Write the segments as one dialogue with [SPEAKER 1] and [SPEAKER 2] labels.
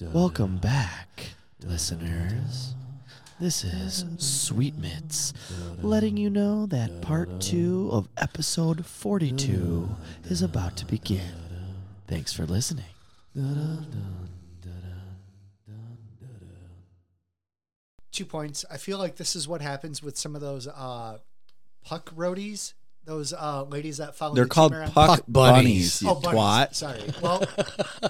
[SPEAKER 1] Welcome back, listeners. This is Sweet Mitts, letting you know that part two of episode 42 is about to begin. Thanks for listening.
[SPEAKER 2] two points. I feel like this is what happens with some of those uh, puck roadies, those uh, ladies that follow.
[SPEAKER 3] They're
[SPEAKER 2] the team
[SPEAKER 3] called
[SPEAKER 2] around.
[SPEAKER 3] puck, bunnies, you
[SPEAKER 2] Oh, bunnies.
[SPEAKER 3] twat.
[SPEAKER 2] Sorry. Well,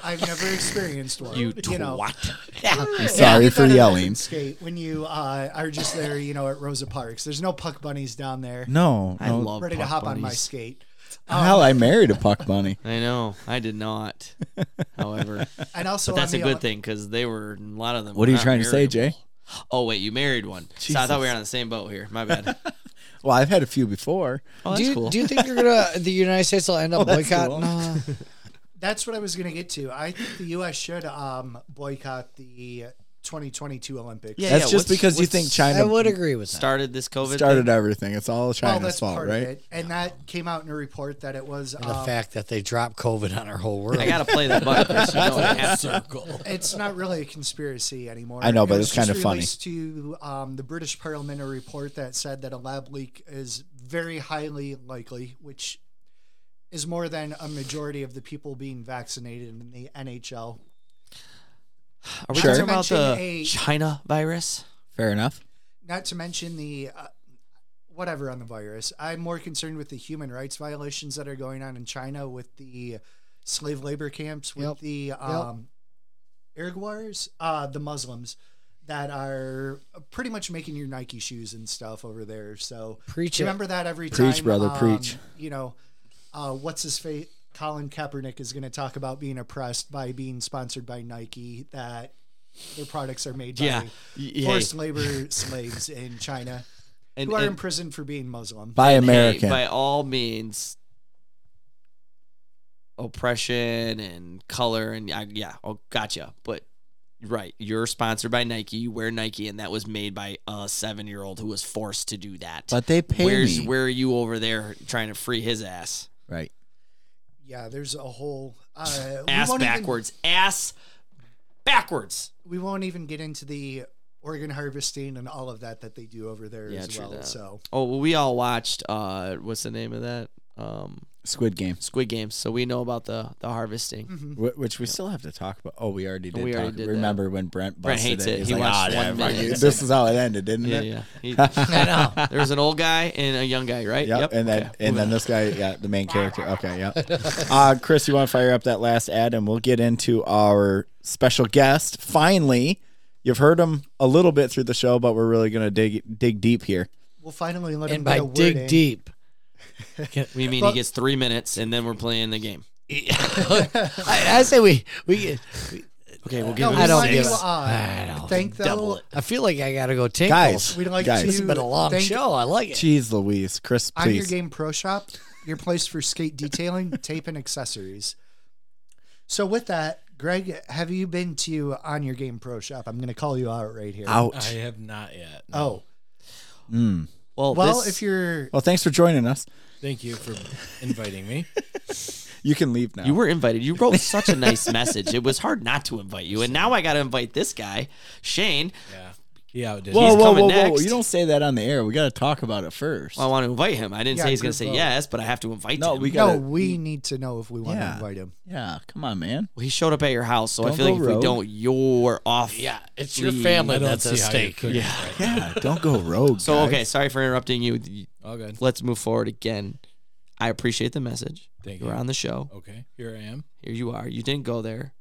[SPEAKER 2] I've never experienced one.
[SPEAKER 3] You
[SPEAKER 2] know.
[SPEAKER 3] twat.
[SPEAKER 2] Yeah,
[SPEAKER 3] sorry
[SPEAKER 2] I did
[SPEAKER 3] for
[SPEAKER 2] that at
[SPEAKER 3] yelling.
[SPEAKER 2] Iron Skate when you uh, are just there, you know, at Rosa Parks. There's no puck bunnies down there.
[SPEAKER 3] No,
[SPEAKER 1] I
[SPEAKER 3] no.
[SPEAKER 1] love
[SPEAKER 2] ready to
[SPEAKER 1] Puck
[SPEAKER 2] hop on my
[SPEAKER 1] Bunnies.
[SPEAKER 2] skate.
[SPEAKER 4] Oh.
[SPEAKER 3] Hell, I married a puck bunny.
[SPEAKER 4] I know. I did not. However,
[SPEAKER 2] And also,
[SPEAKER 4] but that's a
[SPEAKER 2] on the
[SPEAKER 4] good thing because they were a lot of them.
[SPEAKER 3] What
[SPEAKER 4] were
[SPEAKER 3] are you
[SPEAKER 4] not
[SPEAKER 3] trying to say,
[SPEAKER 4] marriageable.
[SPEAKER 3] Jay?
[SPEAKER 4] Oh wait, you married one. So I thought we were on the same boat here. My bad.
[SPEAKER 3] Well, I've had a few before.
[SPEAKER 4] Oh, that's
[SPEAKER 5] do you,
[SPEAKER 4] cool.
[SPEAKER 5] do you think you're gonna the United States will end up
[SPEAKER 3] that's
[SPEAKER 5] boycotting?
[SPEAKER 3] cool.
[SPEAKER 5] uh,
[SPEAKER 2] That's what I was going to get to. I think the U.S. should um, boycott the 2022 Olympics.
[SPEAKER 4] Yeah,
[SPEAKER 3] That's just
[SPEAKER 4] what's-
[SPEAKER 3] because you
[SPEAKER 4] what's
[SPEAKER 3] think China
[SPEAKER 5] I would agree with that.
[SPEAKER 4] started this COVID.
[SPEAKER 3] started
[SPEAKER 4] thing?
[SPEAKER 3] everything. It's all
[SPEAKER 2] Well,
[SPEAKER 3] China's
[SPEAKER 2] that's
[SPEAKER 3] fault,
[SPEAKER 2] part of
[SPEAKER 3] right?
[SPEAKER 2] it. And that came out in a report that it was.
[SPEAKER 5] The
[SPEAKER 2] um,
[SPEAKER 5] fact that they dropped COVID on our whole world.
[SPEAKER 4] I gotta play the bucket. first, you know I have to.
[SPEAKER 5] circle.
[SPEAKER 2] it's not really a conspiracy anymore.
[SPEAKER 3] I know,
[SPEAKER 2] It
[SPEAKER 3] but
[SPEAKER 2] was
[SPEAKER 3] it's kinda
[SPEAKER 2] just
[SPEAKER 3] funny.
[SPEAKER 2] released To um, the British Parliamentary report that said that a lab leak is very highly likely, which is more than a majority of the people being vaccinated in the NHL.
[SPEAKER 4] Are we
[SPEAKER 3] Sure.
[SPEAKER 4] talking about the
[SPEAKER 2] Mention a-
[SPEAKER 4] China virus?
[SPEAKER 3] Fair enough.
[SPEAKER 2] Not to mention the uh, whatever on the virus. I'm more concerned with the human rights violations that are going on in China with the slave labor camps, with
[SPEAKER 5] Yep.
[SPEAKER 2] the um, Irguars, uh, the Muslims that are pretty much making your Nike shoes and stuff over there. So
[SPEAKER 5] Preach it.
[SPEAKER 2] remember that every time.
[SPEAKER 3] Preach, brother,
[SPEAKER 2] um,
[SPEAKER 3] preach.
[SPEAKER 2] You know, uh, what's his fate? Colin Kaepernick is going to talk about being oppressed by being sponsored by Nike. That their products are made by
[SPEAKER 4] Yeah. Y- hey.
[SPEAKER 2] forced labor slaves in China
[SPEAKER 4] And,
[SPEAKER 2] who are
[SPEAKER 4] and-
[SPEAKER 2] in prison for being Muslim.
[SPEAKER 3] By
[SPEAKER 4] hey,
[SPEAKER 3] American.
[SPEAKER 4] by all means, oppression and color and yeah, yeah. Oh, gotcha. But right, you're sponsored by Nike. You wear Nike, and that was made by a seven-year-old who was forced to do that.
[SPEAKER 3] but they pay
[SPEAKER 4] Where's
[SPEAKER 3] me.
[SPEAKER 4] where are you over there trying to free his ass?
[SPEAKER 3] right.
[SPEAKER 2] Yeah, there's a whole uh, we
[SPEAKER 4] Ass
[SPEAKER 2] won't even-
[SPEAKER 4] backwards. Ass backwards.
[SPEAKER 2] we won't even get into the organ harvesting and all of that that they do over there
[SPEAKER 4] Yeah,
[SPEAKER 2] as
[SPEAKER 4] true
[SPEAKER 2] well.
[SPEAKER 4] that.
[SPEAKER 2] So
[SPEAKER 4] Oh, well, we all watched. Uh, what's the name of that? Um,
[SPEAKER 3] Squid Game,
[SPEAKER 4] Squid Games. So we know about the the harvesting.
[SPEAKER 3] wh- which we still have to talk about. Oh, we already did.
[SPEAKER 4] Mm-hmm. We
[SPEAKER 3] talk.
[SPEAKER 4] already did that.
[SPEAKER 3] Remember when Brent
[SPEAKER 4] Brent
[SPEAKER 3] busted
[SPEAKER 4] hates
[SPEAKER 3] it?
[SPEAKER 4] it.
[SPEAKER 3] He's
[SPEAKER 4] He
[SPEAKER 3] like,
[SPEAKER 4] watched
[SPEAKER 3] "Ah,
[SPEAKER 4] one
[SPEAKER 3] yeah, fuck
[SPEAKER 4] minute."
[SPEAKER 3] you." This is how it ended, didn't
[SPEAKER 4] Yeah,
[SPEAKER 3] it?
[SPEAKER 4] yeah. He,
[SPEAKER 5] I know.
[SPEAKER 4] there was an old guy and a young guy, right?
[SPEAKER 3] Yep. And then
[SPEAKER 4] Okay.
[SPEAKER 3] and then this guy, yeah, the main character. Okay, yep. Uh, Chris, you want to fire up that last ad, and we'll get into our special guest. Finally, you've heard him a little bit through the show, but we're really gonna dig dig deep here.
[SPEAKER 2] we'll finally let him
[SPEAKER 5] And
[SPEAKER 2] get
[SPEAKER 5] by
[SPEAKER 2] a word in.
[SPEAKER 5] dig deep,
[SPEAKER 4] we mean
[SPEAKER 2] Well-
[SPEAKER 4] he gets three minutes, and then we're playing the game.
[SPEAKER 5] I, I say we we. we
[SPEAKER 4] Okay, we'll
[SPEAKER 2] No,
[SPEAKER 4] give
[SPEAKER 2] we
[SPEAKER 4] him
[SPEAKER 5] I don't
[SPEAKER 2] like
[SPEAKER 5] give
[SPEAKER 2] to,
[SPEAKER 5] a-
[SPEAKER 2] uh,
[SPEAKER 5] I don't
[SPEAKER 2] thank
[SPEAKER 5] double
[SPEAKER 2] though.
[SPEAKER 5] it. I feel like I gotta go tinkle.
[SPEAKER 3] Guys,
[SPEAKER 2] We'd like
[SPEAKER 3] guys,
[SPEAKER 2] to
[SPEAKER 5] this has been a long
[SPEAKER 2] thank
[SPEAKER 5] show. I like it.
[SPEAKER 3] Jeez Louise, Chris,
[SPEAKER 2] I'm your
[SPEAKER 3] please.
[SPEAKER 2] game pro shop, your place for skate detailing, tape, and accessories. So with that, Greg, have you been to on your game pro shop? I'm going to call you out right here.
[SPEAKER 6] I
[SPEAKER 3] Ouch.
[SPEAKER 6] have not yet.
[SPEAKER 2] Oh,
[SPEAKER 3] Mm.
[SPEAKER 4] Well,
[SPEAKER 2] well,
[SPEAKER 4] this-
[SPEAKER 2] if you're
[SPEAKER 3] Well, thanks for joining us.
[SPEAKER 6] Thank you for inviting me.
[SPEAKER 3] You can leave now.
[SPEAKER 4] you were invited, you wrote such a nice message. It was hard not to invite you, and now I got to invite this guy, Shane.
[SPEAKER 6] Yeah. He outdid
[SPEAKER 3] whoa,
[SPEAKER 6] me.
[SPEAKER 4] he's
[SPEAKER 3] whoa,
[SPEAKER 4] coming
[SPEAKER 3] whoa, whoa, whoa!
[SPEAKER 4] next.
[SPEAKER 3] You don't say that on the air. We got to talk about it first.
[SPEAKER 4] Well, I want to invite him. I didn't
[SPEAKER 2] Yeah,
[SPEAKER 4] say he's going
[SPEAKER 2] group
[SPEAKER 4] to say
[SPEAKER 2] vote.
[SPEAKER 4] yes, but I have to invite
[SPEAKER 3] No,
[SPEAKER 4] him.
[SPEAKER 3] we got-
[SPEAKER 2] no,
[SPEAKER 3] gotta-
[SPEAKER 2] we need to know if we want
[SPEAKER 3] Yeah.
[SPEAKER 2] to invite him.
[SPEAKER 3] yeah, come on, man.
[SPEAKER 4] Well, he showed up at your house, so I
[SPEAKER 3] Don't
[SPEAKER 4] feel like
[SPEAKER 3] go
[SPEAKER 4] if
[SPEAKER 3] rogue.
[SPEAKER 4] we don't, you're off.
[SPEAKER 5] Yeah, it's your family
[SPEAKER 6] I don't
[SPEAKER 5] that's
[SPEAKER 6] see
[SPEAKER 5] at
[SPEAKER 6] how you
[SPEAKER 5] stake.
[SPEAKER 6] could.
[SPEAKER 3] Yeah, don't go rogue.
[SPEAKER 4] So
[SPEAKER 3] guys.
[SPEAKER 4] okay, sorry for interrupting you.
[SPEAKER 6] All good.
[SPEAKER 4] Let's move forward again. I appreciate the message.
[SPEAKER 6] Thank
[SPEAKER 4] you were
[SPEAKER 6] you.
[SPEAKER 4] on the show.
[SPEAKER 6] Okay. Here I am.
[SPEAKER 4] Here you are. You didn't go there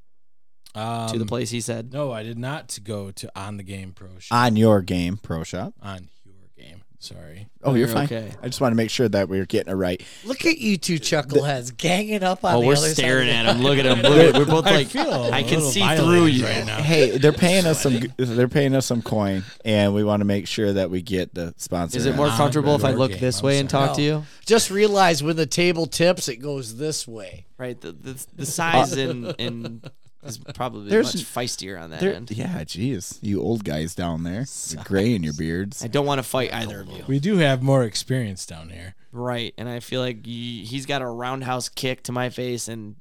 [SPEAKER 6] Um,
[SPEAKER 4] to the place he said.
[SPEAKER 6] No, I did not go to on the game pro shop.
[SPEAKER 3] on your game, Pro Shop.
[SPEAKER 6] on your game. Sorry.
[SPEAKER 3] Oh, you're,
[SPEAKER 4] You're
[SPEAKER 3] fine.
[SPEAKER 4] okay.
[SPEAKER 3] I just want to make sure that we are getting it right.
[SPEAKER 5] Look at you two chuckleheads ganging up on
[SPEAKER 4] Oh,
[SPEAKER 5] the
[SPEAKER 4] we're
[SPEAKER 5] other side
[SPEAKER 4] staring
[SPEAKER 5] of the-
[SPEAKER 4] at him. Look at him. Look at We're both
[SPEAKER 6] I
[SPEAKER 4] like,
[SPEAKER 6] feel a
[SPEAKER 4] I can
[SPEAKER 6] little
[SPEAKER 4] see
[SPEAKER 6] violated
[SPEAKER 4] through you.
[SPEAKER 6] right now.
[SPEAKER 3] Hey, they're paying us some. They're paying us some coin, and we want to make sure that we get the sponsor.
[SPEAKER 4] is it
[SPEAKER 3] on.
[SPEAKER 4] more
[SPEAKER 6] on
[SPEAKER 4] comfortable if I
[SPEAKER 6] your
[SPEAKER 4] look
[SPEAKER 6] game.
[SPEAKER 4] this
[SPEAKER 6] I'm
[SPEAKER 4] way and
[SPEAKER 6] sorry.
[SPEAKER 4] talk to you?
[SPEAKER 5] Just realize when the table tips, it goes this way.
[SPEAKER 4] Right. The the, the size and and is probably
[SPEAKER 3] There's-
[SPEAKER 4] much feistier on that
[SPEAKER 3] They're-
[SPEAKER 4] end.
[SPEAKER 3] yeah, geez, you old guys down there, the gray in your beards.
[SPEAKER 4] I don't want to fight either of you.
[SPEAKER 6] We do have more experience down here.
[SPEAKER 4] Right. And I feel like y- he's got a roundhouse kick to my face and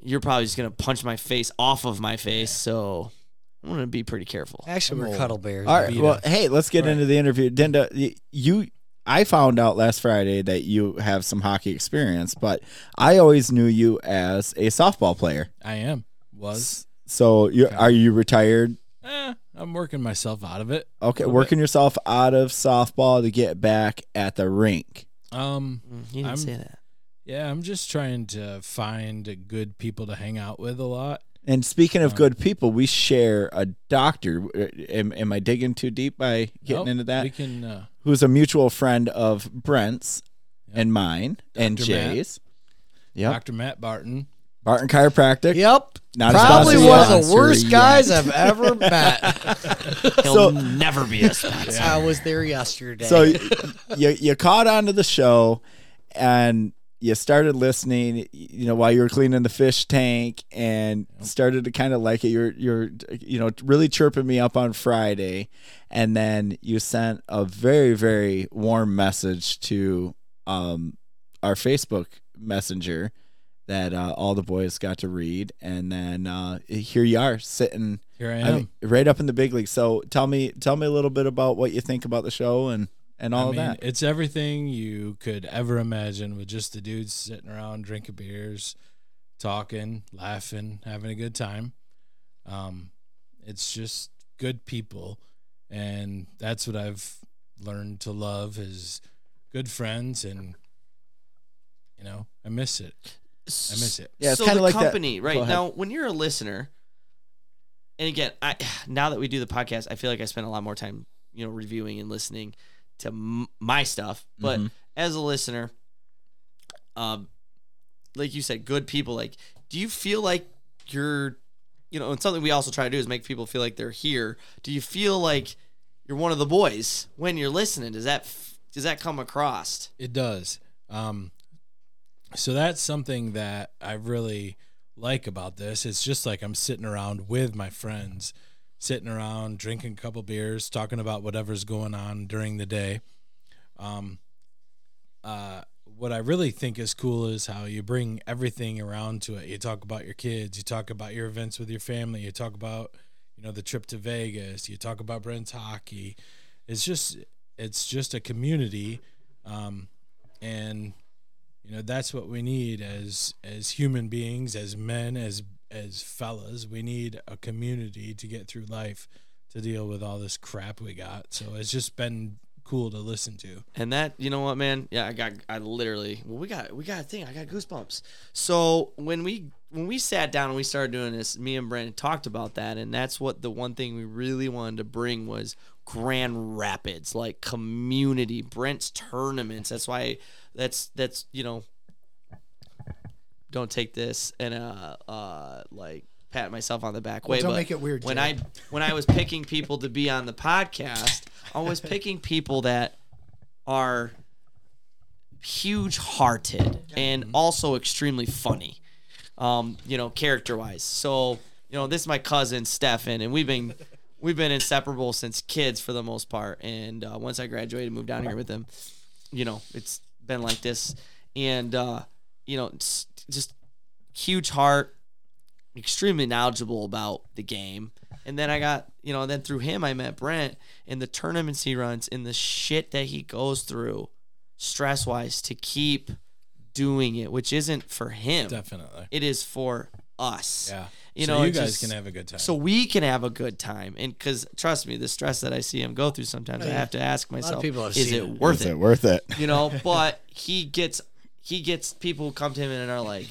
[SPEAKER 4] you're probably just gonna punch my face off of my face. So I'm gonna be pretty careful.
[SPEAKER 5] Actually, we're cuddle bears.
[SPEAKER 3] All right.
[SPEAKER 6] beat
[SPEAKER 3] Well,
[SPEAKER 6] up.
[SPEAKER 3] hey, let's get
[SPEAKER 6] Right.
[SPEAKER 3] into the interview. Dinda, y- you, I found out last Friday that you have some hockey experience, but I always knew you as a softball player.
[SPEAKER 6] I am. Was.
[SPEAKER 3] So, you are you retired?
[SPEAKER 6] Eh, I'm working myself out of it.
[SPEAKER 3] Okay, working yourself out of softball to get back at the rink.
[SPEAKER 6] Um,
[SPEAKER 4] Mm, You didn't
[SPEAKER 6] I'm-
[SPEAKER 4] say that.
[SPEAKER 6] yeah, I'm just trying to find good people to hang out with a lot.
[SPEAKER 3] And speaking of
[SPEAKER 6] Um,
[SPEAKER 3] good people, we share a doctor. Uh, Am, am I digging too deep by getting
[SPEAKER 6] Nope,
[SPEAKER 3] into that?
[SPEAKER 6] We can. Uh,
[SPEAKER 3] Who's a mutual friend of Brent's and mine and
[SPEAKER 6] Dr. Matt.
[SPEAKER 3] Jay's. Yep.
[SPEAKER 6] Dr. Matt Barton.
[SPEAKER 3] Barton Chiropractic.
[SPEAKER 5] Yep.
[SPEAKER 3] Not a
[SPEAKER 5] Probably
[SPEAKER 3] sponsor
[SPEAKER 5] one of
[SPEAKER 3] yet.
[SPEAKER 5] the worst guys I've ever met.
[SPEAKER 4] He'll
[SPEAKER 3] So-
[SPEAKER 4] never be a sponsor.
[SPEAKER 5] I was there yesterday.
[SPEAKER 3] So y- you you caught on to the show and you started listening, you know, while you were cleaning the fish tank and started to kind of like it. You're you're you know, really chirping me up on Friday and then you sent a very very warm message to um our Facebook messenger that uh, all the boys got to read and then uh here you are sitting
[SPEAKER 6] Here I am.
[SPEAKER 3] I mean, right up in the big league. So tell me, tell me a little bit about what you think about the show and and all
[SPEAKER 6] I
[SPEAKER 3] of
[SPEAKER 6] mean,
[SPEAKER 3] that.
[SPEAKER 6] It's everything you could ever imagine with just the dudes sitting around drinking beers, talking, laughing, having a good time. Um, it's just good people, and that's what I've learned to love is good friends, and you know I miss it. I miss it.
[SPEAKER 3] Yeah, it's
[SPEAKER 4] so
[SPEAKER 3] kinda
[SPEAKER 4] the
[SPEAKER 3] like that-
[SPEAKER 4] company
[SPEAKER 3] Go
[SPEAKER 4] right
[SPEAKER 3] ahead.
[SPEAKER 4] now when you're a listener, and again, I now that we do the podcast, I feel like I spend a lot more time, you know, reviewing and listening to m- my stuff. But
[SPEAKER 3] Mhm.
[SPEAKER 4] as a listener, um, like you said, good people. Like, do you feel like you're, you know, and something we also try to do is make people feel like they're here. Do you feel like you're one of the boys when you're listening? Does that f- does that come across?
[SPEAKER 6] It does. Um, so that's something that I really like about this. It's just like I'm sitting around with my friends, sitting around drinking a couple beers, talking about whatever's going on during the day. Um, uh, what I really think is cool is how you bring everything around to it. You talk about your kids, you talk about your events with your family, you talk about you know the trip to Vegas, you talk about Brent's hockey. It's just it's just a community um, and you know that's what we need as as human beings as men as as fellas we need a community to get through life to deal with all this crap we got so it's just been cool to listen to
[SPEAKER 4] And that, you know what, man? Yeah, I got, I literally, well, we got, we got a thing. I got goosebumps. So when we, when we sat down and we started doing this, me and Brandon talked about that, and that's what the one thing we really wanted to bring was Grand Rapids, like community, Brent's tournaments. That's why, that's that's you know, don't take this and uh uh like pat myself on the back way.
[SPEAKER 2] don't
[SPEAKER 4] but
[SPEAKER 2] make it weird,
[SPEAKER 4] When
[SPEAKER 2] Jay.
[SPEAKER 4] I when I was picking people to be on the podcast, I was picking people that are huge hearted and also extremely funny um you know character wise so you know this is my cousin stefan and we've been we've been inseparable since kids for the most part and uh, once i graduated and moved down here with him you know it's been like this and uh you know it's just huge heart extremely knowledgeable about the game. And then I got, you know, then through him I met Brent and the tournaments he runs and the shit that he goes through stress wise to keep doing it, which isn't for him.
[SPEAKER 6] definitely
[SPEAKER 4] It is for us.
[SPEAKER 6] yeah
[SPEAKER 4] You
[SPEAKER 6] so
[SPEAKER 4] know,
[SPEAKER 6] you
[SPEAKER 4] it
[SPEAKER 6] guys
[SPEAKER 4] just-
[SPEAKER 6] can have a good time
[SPEAKER 4] So we can have a good time. And because trust me, the stress that I see him go through sometimes, I have to ask myself,
[SPEAKER 5] people have
[SPEAKER 4] is
[SPEAKER 5] seen
[SPEAKER 4] it
[SPEAKER 5] it.
[SPEAKER 4] worth
[SPEAKER 3] Is
[SPEAKER 4] it?
[SPEAKER 3] it worth it?
[SPEAKER 4] you know but he gets he gets people who come to him and are like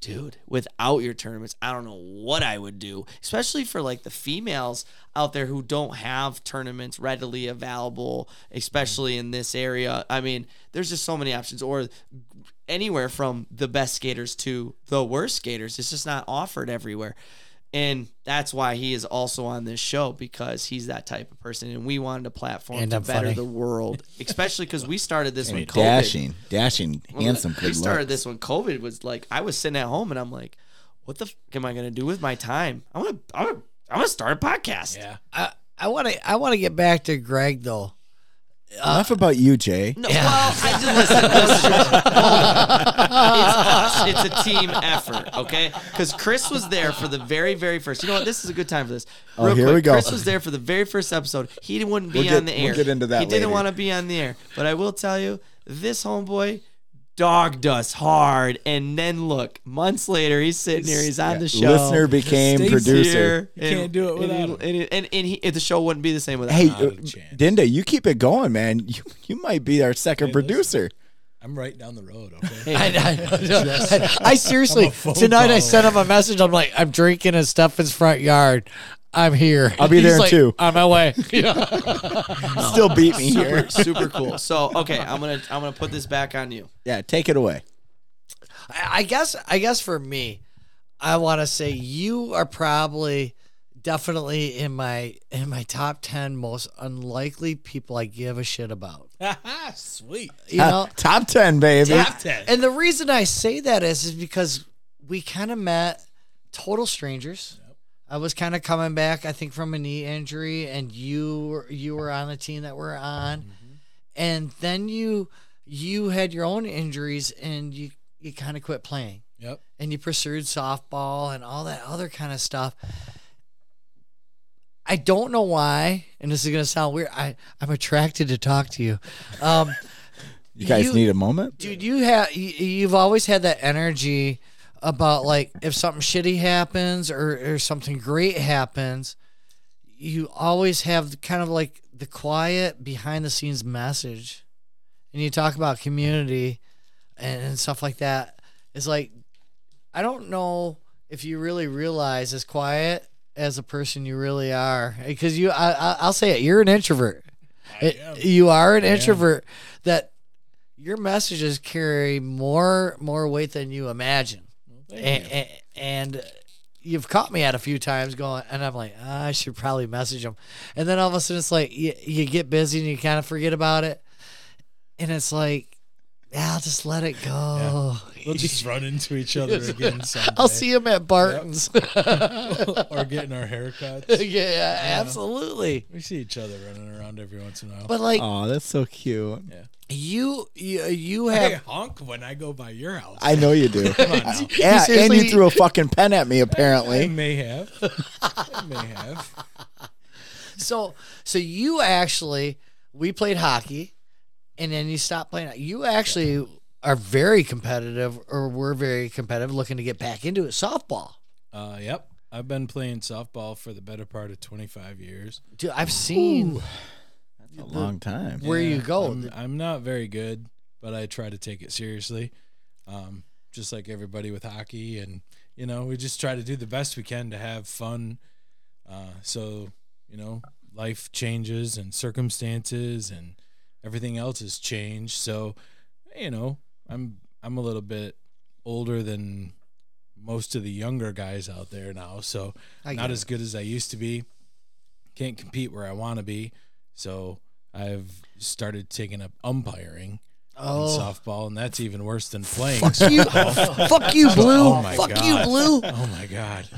[SPEAKER 4] dude without your tournaments i don't know what i would do especially for like the females out there who don't have tournaments readily available especially in this area i mean there's just so many options or anywhere from the best skaters to the worst skaters it's just not offered everywhere and that's why he is also on this show because he's that type of person and we wanted a platform
[SPEAKER 5] And
[SPEAKER 4] to
[SPEAKER 5] I'm
[SPEAKER 4] better
[SPEAKER 5] funny.
[SPEAKER 4] the world especially because we started this when COVID.
[SPEAKER 3] Dashing, dashing,
[SPEAKER 4] Well,
[SPEAKER 3] handsome.
[SPEAKER 4] We
[SPEAKER 3] good
[SPEAKER 4] started
[SPEAKER 3] looks.
[SPEAKER 4] this when COVID was like, I was sitting at home and I'm like, what the f- am I gonna do with my time? I'm gonna, I'm gonna, I'm gonna start a podcast.
[SPEAKER 6] yeah
[SPEAKER 5] I want to I want to get back to Greg though.
[SPEAKER 3] Enough about you, Jay.
[SPEAKER 4] No, well, I just listen. listen it's us. It's a team effort, okay? Because Chris was there for the very, very first. You know what? This is a good time for this.
[SPEAKER 3] Oh, here we go.
[SPEAKER 4] Chris was there for the very first episode. He wouldn't be
[SPEAKER 3] We'll get-
[SPEAKER 4] on the air.
[SPEAKER 3] we'll get into that
[SPEAKER 4] He didn't
[SPEAKER 3] later.
[SPEAKER 4] want to be on the air. But I will tell you, this homeboy dogged us hard. And then look, months later, he's sitting here. He's on the show.
[SPEAKER 3] Listener became
[SPEAKER 6] Stacy
[SPEAKER 3] producer.
[SPEAKER 4] here,
[SPEAKER 6] You can't do it
[SPEAKER 4] and-
[SPEAKER 6] without him.
[SPEAKER 4] and, and, and, he, the show wouldn't be the same without
[SPEAKER 3] Hey,
[SPEAKER 4] him.
[SPEAKER 6] Not a
[SPEAKER 3] uh,
[SPEAKER 6] chance.
[SPEAKER 3] Dinda, you keep it going, man. You, you might be our second
[SPEAKER 6] Hey, listen.
[SPEAKER 3] producer.
[SPEAKER 6] I'm right down the road. Okay.
[SPEAKER 2] I, I, I, I seriously
[SPEAKER 6] phone
[SPEAKER 2] tonight I
[SPEAKER 6] call.
[SPEAKER 2] sent him a message. I'm like, I'm drinking in Stefan's front yard. I'm here.
[SPEAKER 3] I'll be
[SPEAKER 2] He's
[SPEAKER 3] there in
[SPEAKER 2] like,
[SPEAKER 3] two.
[SPEAKER 2] On my way. Yeah.
[SPEAKER 3] Still beat me here.
[SPEAKER 4] Super cool. So okay, I'm gonna I'm gonna put this back on you.
[SPEAKER 3] Yeah, take it away.
[SPEAKER 2] I I guess I guess for me, I want to say you are probably definitely in my in my top 10 most unlikely people I give a shit about.
[SPEAKER 6] Sweet.
[SPEAKER 2] You know?
[SPEAKER 3] Top 10, baby.
[SPEAKER 6] Top 10.
[SPEAKER 2] And the reason I say that is is because we kind of met total strangers. I was kind of coming back, I think, from a knee injury, and you were, you were on the team that we're on, and then you you had your own injuries, and you you kind of quit playing
[SPEAKER 6] Yep.
[SPEAKER 2] and you pursued softball and all that other kind of stuff. I don't know why, and this is gonna sound weird. I I'm attracted to talk to you, um,
[SPEAKER 3] You guys
[SPEAKER 2] You-
[SPEAKER 3] need a moment?
[SPEAKER 2] dude. You have you, you've always had that energy about like if something shitty happens or or something great happens, you always have kind of like the quiet behind the scenes message, and you talk about community and, and stuff like that. It's like I don't know if you really realize as quiet as a person you really are because you I, I, I'll say it you're an introvert It- you are an introvert that your messages carry more more weight than you imagine and, and, you've caught me at a few times going and I'm like "Ah, I should probably message them and then all of a sudden it's like you, you get busy and you kind of forget about it and it's like yeah, I'll just let it go.
[SPEAKER 6] We'll just run into each other again someday.
[SPEAKER 2] I'll see him at Barton's.
[SPEAKER 6] or getting our haircuts.
[SPEAKER 2] yeah, absolutely.
[SPEAKER 6] We see each other running around every once in a while.
[SPEAKER 2] But like
[SPEAKER 3] Oh, that's so cute.
[SPEAKER 2] you, you, you
[SPEAKER 6] I
[SPEAKER 2] have
[SPEAKER 6] honk when I go by your house.
[SPEAKER 3] I know you do.
[SPEAKER 6] I,
[SPEAKER 3] yeah, and you
[SPEAKER 2] seriously-
[SPEAKER 3] threw a fucking pen at me, apparently.
[SPEAKER 6] may have. I may have.
[SPEAKER 2] so so you actually we played hockey, and then you stopped playing. You actually are very competitive, or were very competitive, looking to get back into it. Softball,
[SPEAKER 6] Uh, yep. I've been playing softball for the better part of 25 years.
[SPEAKER 2] dude. I've seen
[SPEAKER 3] A long time.
[SPEAKER 2] where you go.
[SPEAKER 6] I'm, I'm not very good, but I try to take it seriously. Um, just like everybody with hockey. And, you know, we just try to do the best we can to have fun. Uh, so, you know, life changes and circumstances and everything else has changed. So, you know, I'm I'm a little bit older than most of the younger guys out there now. So,
[SPEAKER 2] I
[SPEAKER 6] not
[SPEAKER 2] get
[SPEAKER 6] as good as I used to be. Can't compete where I want to be. So I've started taking up umpiring in
[SPEAKER 2] oh,
[SPEAKER 6] softball, and that's even worse than playing.
[SPEAKER 2] fuck you, fuck you, blue.
[SPEAKER 6] Oh my
[SPEAKER 2] fuck
[SPEAKER 6] God.
[SPEAKER 2] you, blue.
[SPEAKER 6] Oh my god!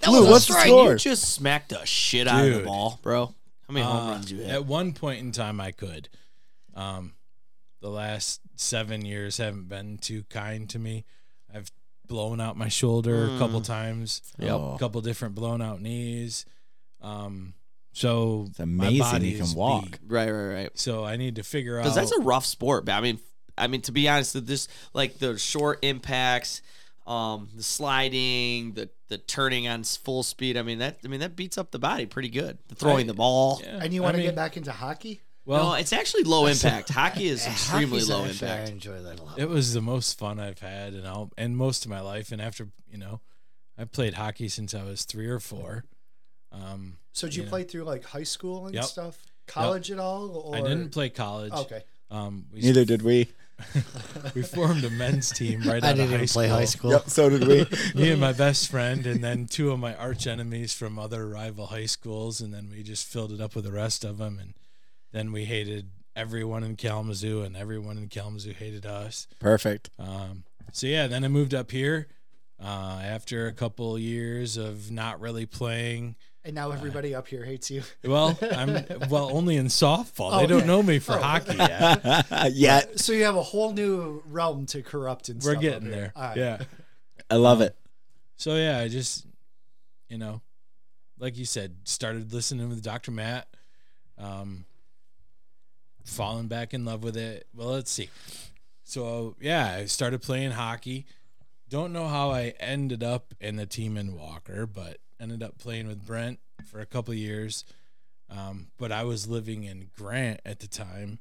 [SPEAKER 2] That was a
[SPEAKER 3] what's the
[SPEAKER 2] strike.
[SPEAKER 3] score? Sure.
[SPEAKER 4] You just smacked the shit out of the
[SPEAKER 6] Dude.
[SPEAKER 4] ball, bro. How many home
[SPEAKER 6] Uh,
[SPEAKER 4] runs you hit?
[SPEAKER 6] at one point in time, I could. Um, the last seven years haven't been too kind to me. I've blown out my shoulder a couple times.
[SPEAKER 4] Yep.
[SPEAKER 6] A couple different blown out knees. Um, so
[SPEAKER 3] It's
[SPEAKER 6] my
[SPEAKER 3] amazing
[SPEAKER 6] body
[SPEAKER 3] you can
[SPEAKER 6] is
[SPEAKER 3] walk.
[SPEAKER 6] beat.
[SPEAKER 4] Right, right, right.
[SPEAKER 6] So I need to figure out.
[SPEAKER 4] Because that's a rough sport. man. I mean, I mean to be honest, that this like the short impacts, um, the sliding, the the turning on s- full speed. I mean that. I mean that beats up the body pretty good. The throwing the ball.
[SPEAKER 6] Yeah,
[SPEAKER 7] And you
[SPEAKER 6] I
[SPEAKER 7] want to
[SPEAKER 6] mean,
[SPEAKER 7] get back into hockey?
[SPEAKER 6] Well,
[SPEAKER 4] no, it's actually low impact. Hockey is extremely
[SPEAKER 2] Hockey's
[SPEAKER 4] low
[SPEAKER 2] actually-
[SPEAKER 4] impact.
[SPEAKER 2] I enjoy that a lot.
[SPEAKER 6] It was the most fun I've had and all and most of my life. And after you know, I played hockey since I was three or four. Um,
[SPEAKER 7] So did you play through like high school and
[SPEAKER 6] Yep.
[SPEAKER 7] stuff? College at all? Or
[SPEAKER 6] I didn't play college.
[SPEAKER 7] Okay.
[SPEAKER 6] Um, we,
[SPEAKER 3] Neither did we.
[SPEAKER 6] we formed a men's team right
[SPEAKER 2] I
[SPEAKER 6] out of
[SPEAKER 2] didn't
[SPEAKER 6] high
[SPEAKER 2] even
[SPEAKER 6] school.
[SPEAKER 2] play high school.
[SPEAKER 3] Yep, so did we.
[SPEAKER 6] Me and my best friend, and then two of my arch enemies from other rival high schools, and then we just filled it up with the rest of them, and then we hated everyone in Kalamazoo, and everyone in Kalamazoo hated us.
[SPEAKER 3] Perfect.
[SPEAKER 6] Um, so yeah, then I moved up here. Uh, after a couple years of not really playing,
[SPEAKER 2] And now everybody up here hates you.
[SPEAKER 6] well, I'm well only in softball. they
[SPEAKER 2] Oh,
[SPEAKER 6] don't
[SPEAKER 2] yeah.
[SPEAKER 6] know me for hockey yet.
[SPEAKER 3] yeah,
[SPEAKER 2] So you have a whole new realm to corrupt and
[SPEAKER 6] We're
[SPEAKER 2] stuff up
[SPEAKER 6] getting
[SPEAKER 2] here.
[SPEAKER 6] there.
[SPEAKER 2] All right.
[SPEAKER 6] Yeah.
[SPEAKER 3] I love it.
[SPEAKER 6] So yeah, I just you know, like you said, started listening with Dr. Matt. Um falling back in love with it. Well, let's see. So yeah, I started playing hockey. Don't know how I ended up in the team in Walker, but ended up playing with Brent for a couple years. Um, but I was living in Grant at the time.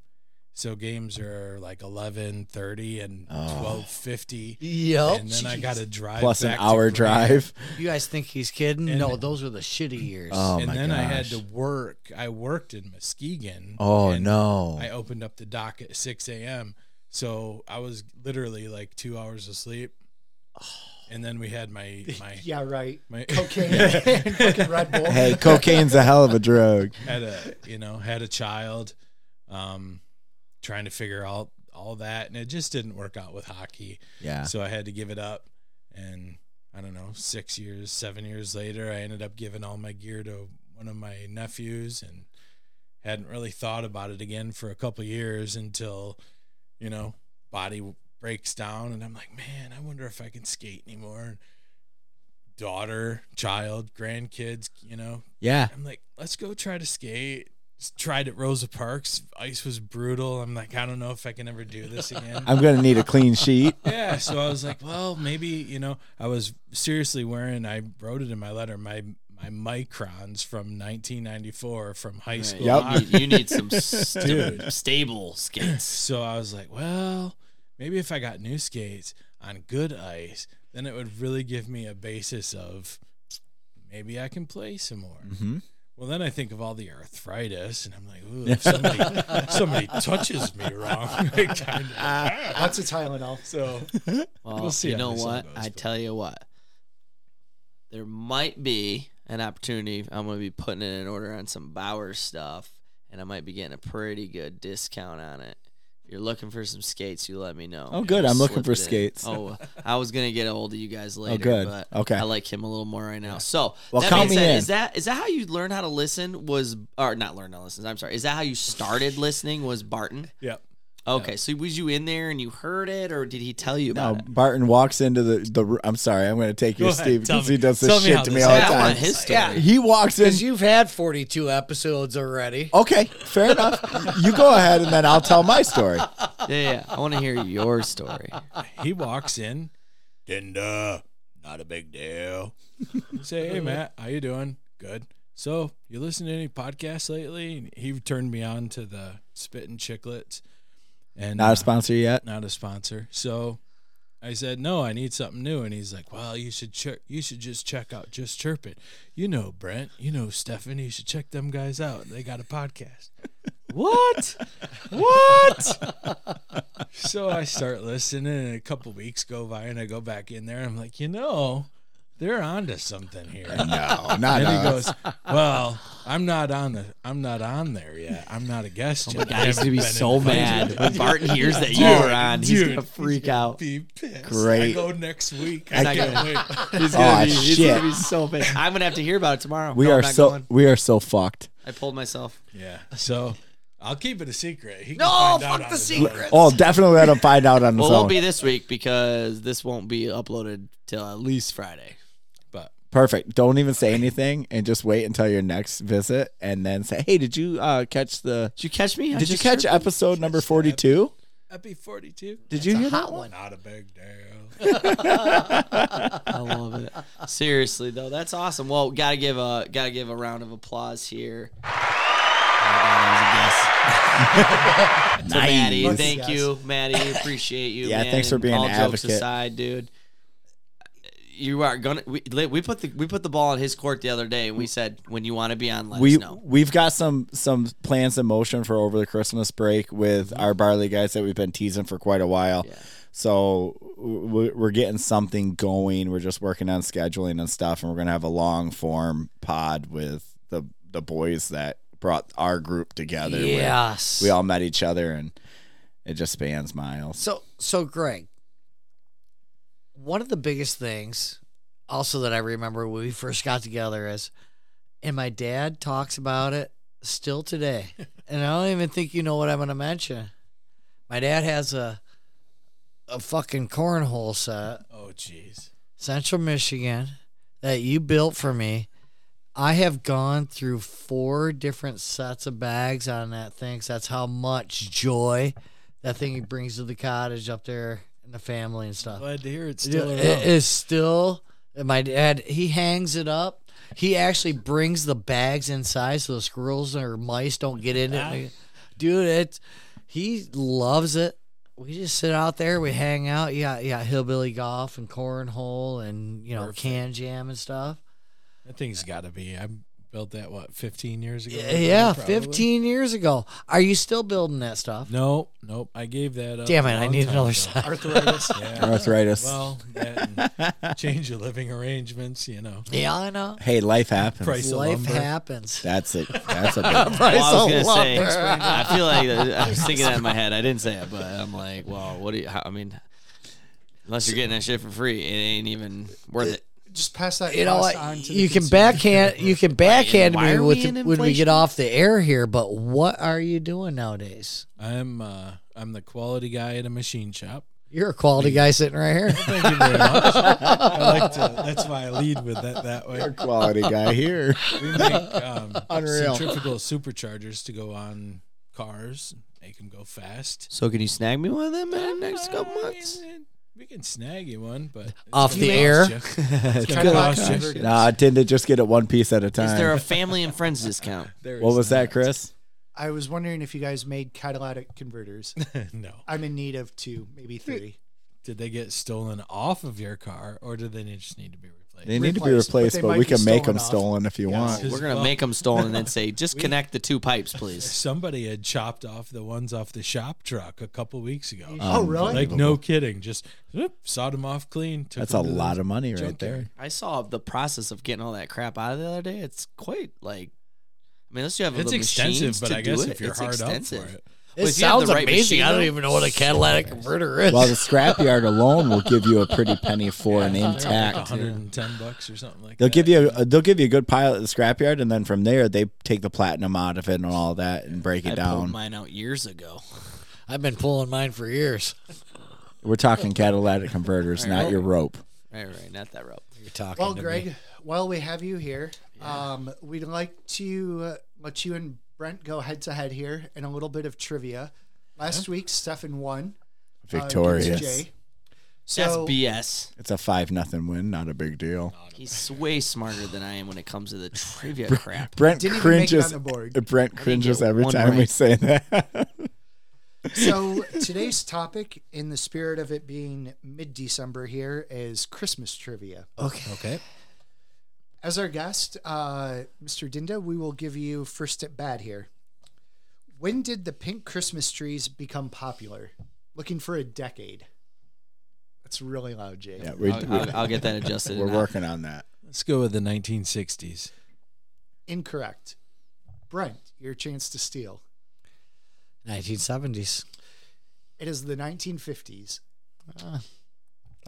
[SPEAKER 6] So games are like 11:30 and 12:50
[SPEAKER 2] Oh.
[SPEAKER 5] Yep.
[SPEAKER 6] and then I got to drive
[SPEAKER 3] Plus an
[SPEAKER 6] back to
[SPEAKER 3] hour
[SPEAKER 6] Grant.
[SPEAKER 3] drive.
[SPEAKER 5] You guys think he's kidding?
[SPEAKER 6] And-
[SPEAKER 5] no, those were the shitty years.
[SPEAKER 3] Oh
[SPEAKER 6] and
[SPEAKER 3] my
[SPEAKER 6] then
[SPEAKER 3] gosh.
[SPEAKER 6] I had to work. I worked in Muskegon.
[SPEAKER 3] oh
[SPEAKER 6] and
[SPEAKER 3] no.
[SPEAKER 6] I opened up the dock at 6 a.m. So I was literally like two hours of sleep. And then we had my my
[SPEAKER 2] Yeah, right.
[SPEAKER 6] my
[SPEAKER 2] Cocaine and fucking Red Bull.
[SPEAKER 3] hey, cocaine's a hell of a drug.
[SPEAKER 6] had a you know had a child, um, trying to figure out all that, and it just didn't work out with hockey.
[SPEAKER 3] Yeah.
[SPEAKER 6] So I had to give it up. And I don't know, six years, seven years later, I ended up giving all my gear to one of my nephews and hadn't really thought about it again for a couple years until, you know, body breaks down. And I'm like, man, I wonder if I can skate anymore. Daughter, child, grandkids, you know,
[SPEAKER 3] Yeah.
[SPEAKER 6] I'm like, let's go try to skate. Just tried at Rosa Parks. Ice was brutal. I'm like, I don't know if I can ever do this again
[SPEAKER 3] I'm gonna need a clean sheet.
[SPEAKER 6] yeah. So I was like, well, maybe you know, I was seriously wearing. I wrote it in my letter. My my microns from 1994 from high school.
[SPEAKER 3] Yep.
[SPEAKER 6] hockey.
[SPEAKER 4] You, you need some st-
[SPEAKER 6] Dude.
[SPEAKER 4] stable skates.
[SPEAKER 6] So I was like, well, maybe if I got new skates on good ice, then it would really give me a basis of maybe I can play some more.
[SPEAKER 3] Mhm.
[SPEAKER 6] Well, then I think of all the arthritis, and I'm like, ooh, if somebody, somebody touches me wrong, kind of.
[SPEAKER 2] Lots of Tylenol.
[SPEAKER 6] So
[SPEAKER 4] Well,
[SPEAKER 6] We'll see
[SPEAKER 4] you
[SPEAKER 6] how
[SPEAKER 4] know
[SPEAKER 6] this all
[SPEAKER 4] what?
[SPEAKER 6] goes,
[SPEAKER 4] I
[SPEAKER 6] but-
[SPEAKER 4] tell you what. There might be an opportunity. I'm going to be putting in an order on some Bauer stuff, and I might be getting a pretty good discount on it. If you're looking for some skates, you let me know.
[SPEAKER 3] Oh, good. I'm looking
[SPEAKER 4] Slip
[SPEAKER 3] for
[SPEAKER 4] it in.
[SPEAKER 3] skates. Oh,
[SPEAKER 4] Oh, I was going to get a hold of you guys later.
[SPEAKER 3] good.
[SPEAKER 4] But
[SPEAKER 3] Okay.
[SPEAKER 4] I like him a little more right now. So,
[SPEAKER 3] Well,
[SPEAKER 4] that
[SPEAKER 3] count
[SPEAKER 4] being
[SPEAKER 3] me
[SPEAKER 4] said,
[SPEAKER 3] in.
[SPEAKER 4] is that is that how you learned how to listen? Was or not learn how to listen? I'm sorry. Is that how you started listening? Was Barton?
[SPEAKER 6] yeah.
[SPEAKER 4] Okay, so was you in there and you heard it, or did he tell you
[SPEAKER 3] No,
[SPEAKER 4] about it?
[SPEAKER 3] Uh, Barton walks into the the. ru- I'm sorry. I'm gonna take your
[SPEAKER 6] ahead,
[SPEAKER 3] Steve
[SPEAKER 6] tell
[SPEAKER 3] because
[SPEAKER 6] me.
[SPEAKER 3] he does
[SPEAKER 6] Tell
[SPEAKER 3] this
[SPEAKER 6] me
[SPEAKER 3] shit
[SPEAKER 6] how
[SPEAKER 3] to
[SPEAKER 6] this
[SPEAKER 3] me all the
[SPEAKER 6] is.
[SPEAKER 4] I
[SPEAKER 3] time.
[SPEAKER 4] want Oh, his story.
[SPEAKER 5] Yeah.
[SPEAKER 3] He walks in.
[SPEAKER 5] Because you've had 42 episodes already.
[SPEAKER 6] Oh,
[SPEAKER 3] Okay, fair enough. You go ahead, and then I'll tell my story.
[SPEAKER 4] yeah, yeah. I want to hear your story.
[SPEAKER 6] he walks in. Dinda, not a big deal. Say, hey Matt, how you doing? Good. So, you listen to any podcasts lately? And He turned me on to the Spit and Chicklets, and
[SPEAKER 3] Not
[SPEAKER 6] uh,
[SPEAKER 3] a sponsor yet.
[SPEAKER 6] not a sponsor. So, I said, no, I need something new, and he's like, well, you should ch- you should just check out Just Chirp It. You know Brent, you know Stefan, you should check them guys out. They got a podcast.
[SPEAKER 4] What?
[SPEAKER 6] so I start listening, and a couple weeks go by, and I go back in there. And I'm like, you know, they're onto something here.
[SPEAKER 3] No, not
[SPEAKER 6] And he
[SPEAKER 3] us.
[SPEAKER 6] goes, "Well, I'm not on the, I'm not on there yet. I'm not a guest yet. I
[SPEAKER 4] God, he's gonna
[SPEAKER 6] haven't
[SPEAKER 4] be
[SPEAKER 6] been
[SPEAKER 4] so
[SPEAKER 6] invited."
[SPEAKER 4] mad when Barton hears that you
[SPEAKER 6] Dude,
[SPEAKER 4] were on. He's
[SPEAKER 6] dude.
[SPEAKER 4] gonna freak out.
[SPEAKER 6] Be pissed.
[SPEAKER 3] Great.
[SPEAKER 6] I go next week.
[SPEAKER 4] He's
[SPEAKER 6] I
[SPEAKER 4] not
[SPEAKER 6] can't
[SPEAKER 4] gonna-
[SPEAKER 6] wait.
[SPEAKER 4] He's
[SPEAKER 3] gonna Oh, be- he's shit. gonna be
[SPEAKER 4] so bad. I'm gonna have to hear about it tomorrow.
[SPEAKER 3] We
[SPEAKER 4] No, I'm
[SPEAKER 3] are
[SPEAKER 4] not
[SPEAKER 3] so
[SPEAKER 4] going.
[SPEAKER 3] we are so fucked.
[SPEAKER 4] I pulled myself.
[SPEAKER 6] Yeah. So I'll keep it a secret. He can
[SPEAKER 5] No,
[SPEAKER 6] find out
[SPEAKER 5] fuck
[SPEAKER 6] on
[SPEAKER 5] the
[SPEAKER 6] his
[SPEAKER 5] secret.
[SPEAKER 3] Oh, definitely let him find out on the
[SPEAKER 4] Well, it
[SPEAKER 3] phone.
[SPEAKER 4] won't be this week because this won't be uploaded till at least Friday.
[SPEAKER 6] own. But
[SPEAKER 3] Perfect. Don't even say anything and just wait until your next visit, and then say, "Hey, did you uh, catch the?
[SPEAKER 4] Did you catch me? I
[SPEAKER 3] Did you
[SPEAKER 4] just
[SPEAKER 3] catch
[SPEAKER 4] heard-
[SPEAKER 3] episode number forty-two?
[SPEAKER 6] I'd be 42.
[SPEAKER 3] Did you hear that
[SPEAKER 5] Hot
[SPEAKER 3] one?
[SPEAKER 5] one.
[SPEAKER 6] Not a big deal.
[SPEAKER 4] I love it. Seriously though, that's awesome. Well, gotta give a gotta give a round of applause here. Oh, that was a guess. to Maddie,
[SPEAKER 2] Nice.
[SPEAKER 4] thank
[SPEAKER 2] Yes.
[SPEAKER 4] you, Maddie. Appreciate you.
[SPEAKER 3] Yeah,
[SPEAKER 4] man.
[SPEAKER 3] thanks for
[SPEAKER 4] And
[SPEAKER 3] being
[SPEAKER 4] all
[SPEAKER 3] an
[SPEAKER 4] jokes
[SPEAKER 3] advocate.
[SPEAKER 4] aside, dude. You are gonna. We, li- we put the we put the ball in his court the other day, and we said, when you want to be on, let
[SPEAKER 3] We
[SPEAKER 4] us know.
[SPEAKER 3] we've got some some plans in motion for over the Christmas break with our barley guys that we've been teasing for quite a while.
[SPEAKER 4] Mm-hmm. Yeah.
[SPEAKER 3] So w- we're getting something going. We're just working on scheduling and stuff, and we're gonna have a long form pod with the the boys that brought our group together. where
[SPEAKER 5] Yes.
[SPEAKER 3] we all met each other, and it just spans miles.
[SPEAKER 5] So, so Greg, one of the biggest things also that I remember when we first got together is, and my dad talks about it still today. and I don't even think you know what I'm going to mention. My dad has a a fucking cornhole set
[SPEAKER 6] Oh, jeez.
[SPEAKER 5] Central Michigan that you built for me. I have gone through four different sets of bags on that thing. 'cause that's how much joy that thing brings to the cottage up there and the family and stuff.
[SPEAKER 6] Glad to hear it's still
[SPEAKER 5] Yeah,
[SPEAKER 6] around.
[SPEAKER 5] it is still. and My dad he hangs it up. He actually brings the bags inside so the squirrels or mice don't get in it. Dude, it he loves it. We just sit out there, we hang out. Yeah, yeah, hillbilly golf and cornhole and you know can jam and stuff.
[SPEAKER 6] That thing's got to be. I built that what 15 years ago.
[SPEAKER 5] Yeah,
[SPEAKER 6] Probably.
[SPEAKER 5] fifteen years ago. Are you still building that stuff?
[SPEAKER 6] No, nope. I gave that up.
[SPEAKER 5] Damn
[SPEAKER 6] a
[SPEAKER 5] it! I
[SPEAKER 6] long
[SPEAKER 5] need
[SPEAKER 6] time
[SPEAKER 5] another
[SPEAKER 6] ago.
[SPEAKER 5] set.
[SPEAKER 2] Arthritis.
[SPEAKER 6] Yeah.
[SPEAKER 3] Arthritis.
[SPEAKER 6] Well, that and change your living arrangements. You know,
[SPEAKER 5] Yeah, I know.
[SPEAKER 3] hey, life happens.
[SPEAKER 6] Price of
[SPEAKER 5] Life
[SPEAKER 6] lumber.
[SPEAKER 5] happens.
[SPEAKER 3] That's it. That's a big one.
[SPEAKER 4] Well, I was gonna
[SPEAKER 5] Price of
[SPEAKER 4] say,
[SPEAKER 5] lumber.
[SPEAKER 4] I feel like I was thinking that in my head. I didn't say it, but I'm like, well, what do you? How, I mean, unless you're getting that shit for free, it ain't even worth it.
[SPEAKER 2] Just pass that
[SPEAKER 5] you know
[SPEAKER 2] cost
[SPEAKER 5] what?
[SPEAKER 2] on to the
[SPEAKER 5] you can
[SPEAKER 2] consumer.
[SPEAKER 5] backhand you can backhand
[SPEAKER 4] Why
[SPEAKER 5] me
[SPEAKER 4] are we
[SPEAKER 5] with
[SPEAKER 4] in
[SPEAKER 5] when we
[SPEAKER 4] inflation?
[SPEAKER 5] get off the air here but what are you doing nowadays
[SPEAKER 6] I'm uh, I'm the quality guy at a machine shop.
[SPEAKER 5] you're a quality guy sitting right here
[SPEAKER 6] Thank you very much. I like to. That's why I lead with that that way.
[SPEAKER 3] Quality guy here.
[SPEAKER 6] We make um,
[SPEAKER 3] Unreal.
[SPEAKER 6] centrifugal superchargers to go on cars, make them go fast.
[SPEAKER 4] So can you snag me one of them in the next couple months?
[SPEAKER 6] I mean, we can snag you one, but it's
[SPEAKER 5] Off
[SPEAKER 6] gonna
[SPEAKER 5] the
[SPEAKER 6] cost
[SPEAKER 5] air?
[SPEAKER 6] you.
[SPEAKER 3] It's
[SPEAKER 2] Try
[SPEAKER 3] good.
[SPEAKER 2] to lock
[SPEAKER 6] Gosh.
[SPEAKER 2] converters.
[SPEAKER 3] Nah, I tend to just get it one piece at a time.
[SPEAKER 4] Is there a family and friends discount?
[SPEAKER 6] There
[SPEAKER 3] what
[SPEAKER 6] is
[SPEAKER 3] was that,
[SPEAKER 6] not.
[SPEAKER 3] Chris?
[SPEAKER 2] I was wondering if you guys made catalytic converters.
[SPEAKER 6] no.
[SPEAKER 2] I'm in need of two, maybe three.
[SPEAKER 6] Did they get stolen off of your car, or do they just need to be replaced?
[SPEAKER 3] They need to be
[SPEAKER 2] Replaced, but
[SPEAKER 3] replaced,
[SPEAKER 2] they
[SPEAKER 3] but,
[SPEAKER 2] might
[SPEAKER 3] we
[SPEAKER 2] be
[SPEAKER 3] can make
[SPEAKER 2] stolen
[SPEAKER 3] them
[SPEAKER 2] off.
[SPEAKER 3] stolen if you want.
[SPEAKER 6] Yes.
[SPEAKER 4] We're gonna
[SPEAKER 6] Well-
[SPEAKER 4] make them stolen and then say, just connect the two pipes, please.
[SPEAKER 6] Somebody had chopped off the ones off the shop truck a couple weeks ago.
[SPEAKER 2] Oh, really?
[SPEAKER 6] like no kidding, just whoop, sawed them off clean. Took
[SPEAKER 3] That's a
[SPEAKER 6] 'em to the
[SPEAKER 3] lot of money right there.
[SPEAKER 6] junkyard.
[SPEAKER 4] I saw the process of getting all that crap out of the other day. It's quite like, I mean, unless you have
[SPEAKER 6] It's
[SPEAKER 4] the
[SPEAKER 6] extensive,
[SPEAKER 4] machines
[SPEAKER 6] but
[SPEAKER 4] to
[SPEAKER 6] I
[SPEAKER 4] do
[SPEAKER 6] guess
[SPEAKER 4] it,
[SPEAKER 6] if you're
[SPEAKER 4] it's
[SPEAKER 6] hard
[SPEAKER 4] extensive.
[SPEAKER 6] up for it,
[SPEAKER 5] it
[SPEAKER 4] Well, if you have
[SPEAKER 5] sounds
[SPEAKER 4] the right
[SPEAKER 5] amazing i
[SPEAKER 4] machine,
[SPEAKER 5] don't
[SPEAKER 4] though-
[SPEAKER 5] even know what a catalytic converter is
[SPEAKER 3] Well, the scrapyard alone will give you a pretty penny for an intact.
[SPEAKER 6] 110 bucks or something like
[SPEAKER 3] They'll
[SPEAKER 6] that.
[SPEAKER 3] give you a, they'll give you a good pile at the scrapyard, and then from there they take the platinum out of it and all that and break it
[SPEAKER 4] I pulled
[SPEAKER 3] down.
[SPEAKER 4] mine out years ago.
[SPEAKER 5] i've been pulling mine for years
[SPEAKER 3] We're talking catalytic converters, not your rope.
[SPEAKER 4] Right, right, not that rope.
[SPEAKER 5] you're talking
[SPEAKER 2] Well,
[SPEAKER 5] to
[SPEAKER 2] Greg,
[SPEAKER 5] me.
[SPEAKER 2] while we have you here, um, we'd like to uh, let you and Brent go head to head here in a little bit of trivia. Last week, Stefan won. uh, against
[SPEAKER 3] Victorious.
[SPEAKER 2] Jay.
[SPEAKER 4] That's
[SPEAKER 2] So
[SPEAKER 4] BS.
[SPEAKER 3] It's a five nothing win, not a big deal.
[SPEAKER 4] He's way smarter than I am when it comes to the trivia crap.
[SPEAKER 3] Brent
[SPEAKER 2] Didn't even make it
[SPEAKER 3] cringes.
[SPEAKER 2] on the board.
[SPEAKER 3] Brent cringes
[SPEAKER 4] get
[SPEAKER 3] every
[SPEAKER 4] one
[SPEAKER 3] time we
[SPEAKER 4] right.
[SPEAKER 3] say that.
[SPEAKER 2] so today's topic, in the spirit of it being mid-December here, is Christmas trivia.
[SPEAKER 5] okay
[SPEAKER 6] Okay.
[SPEAKER 2] As our guest, uh, Mr. Dinda, we will give you first at bat here. When did the pink Christmas trees become popular? Looking for a decade. That's really loud, Jay.
[SPEAKER 3] yeah, we,
[SPEAKER 4] I'll, I'll, I'll get that adjusted.
[SPEAKER 3] we're
[SPEAKER 4] and I'll-
[SPEAKER 3] working on that.
[SPEAKER 6] Let's go with the 1960s.
[SPEAKER 2] Incorrect. Brent, your chance to steal.
[SPEAKER 5] 1970s
[SPEAKER 2] It is the 1950s.
[SPEAKER 5] Uh,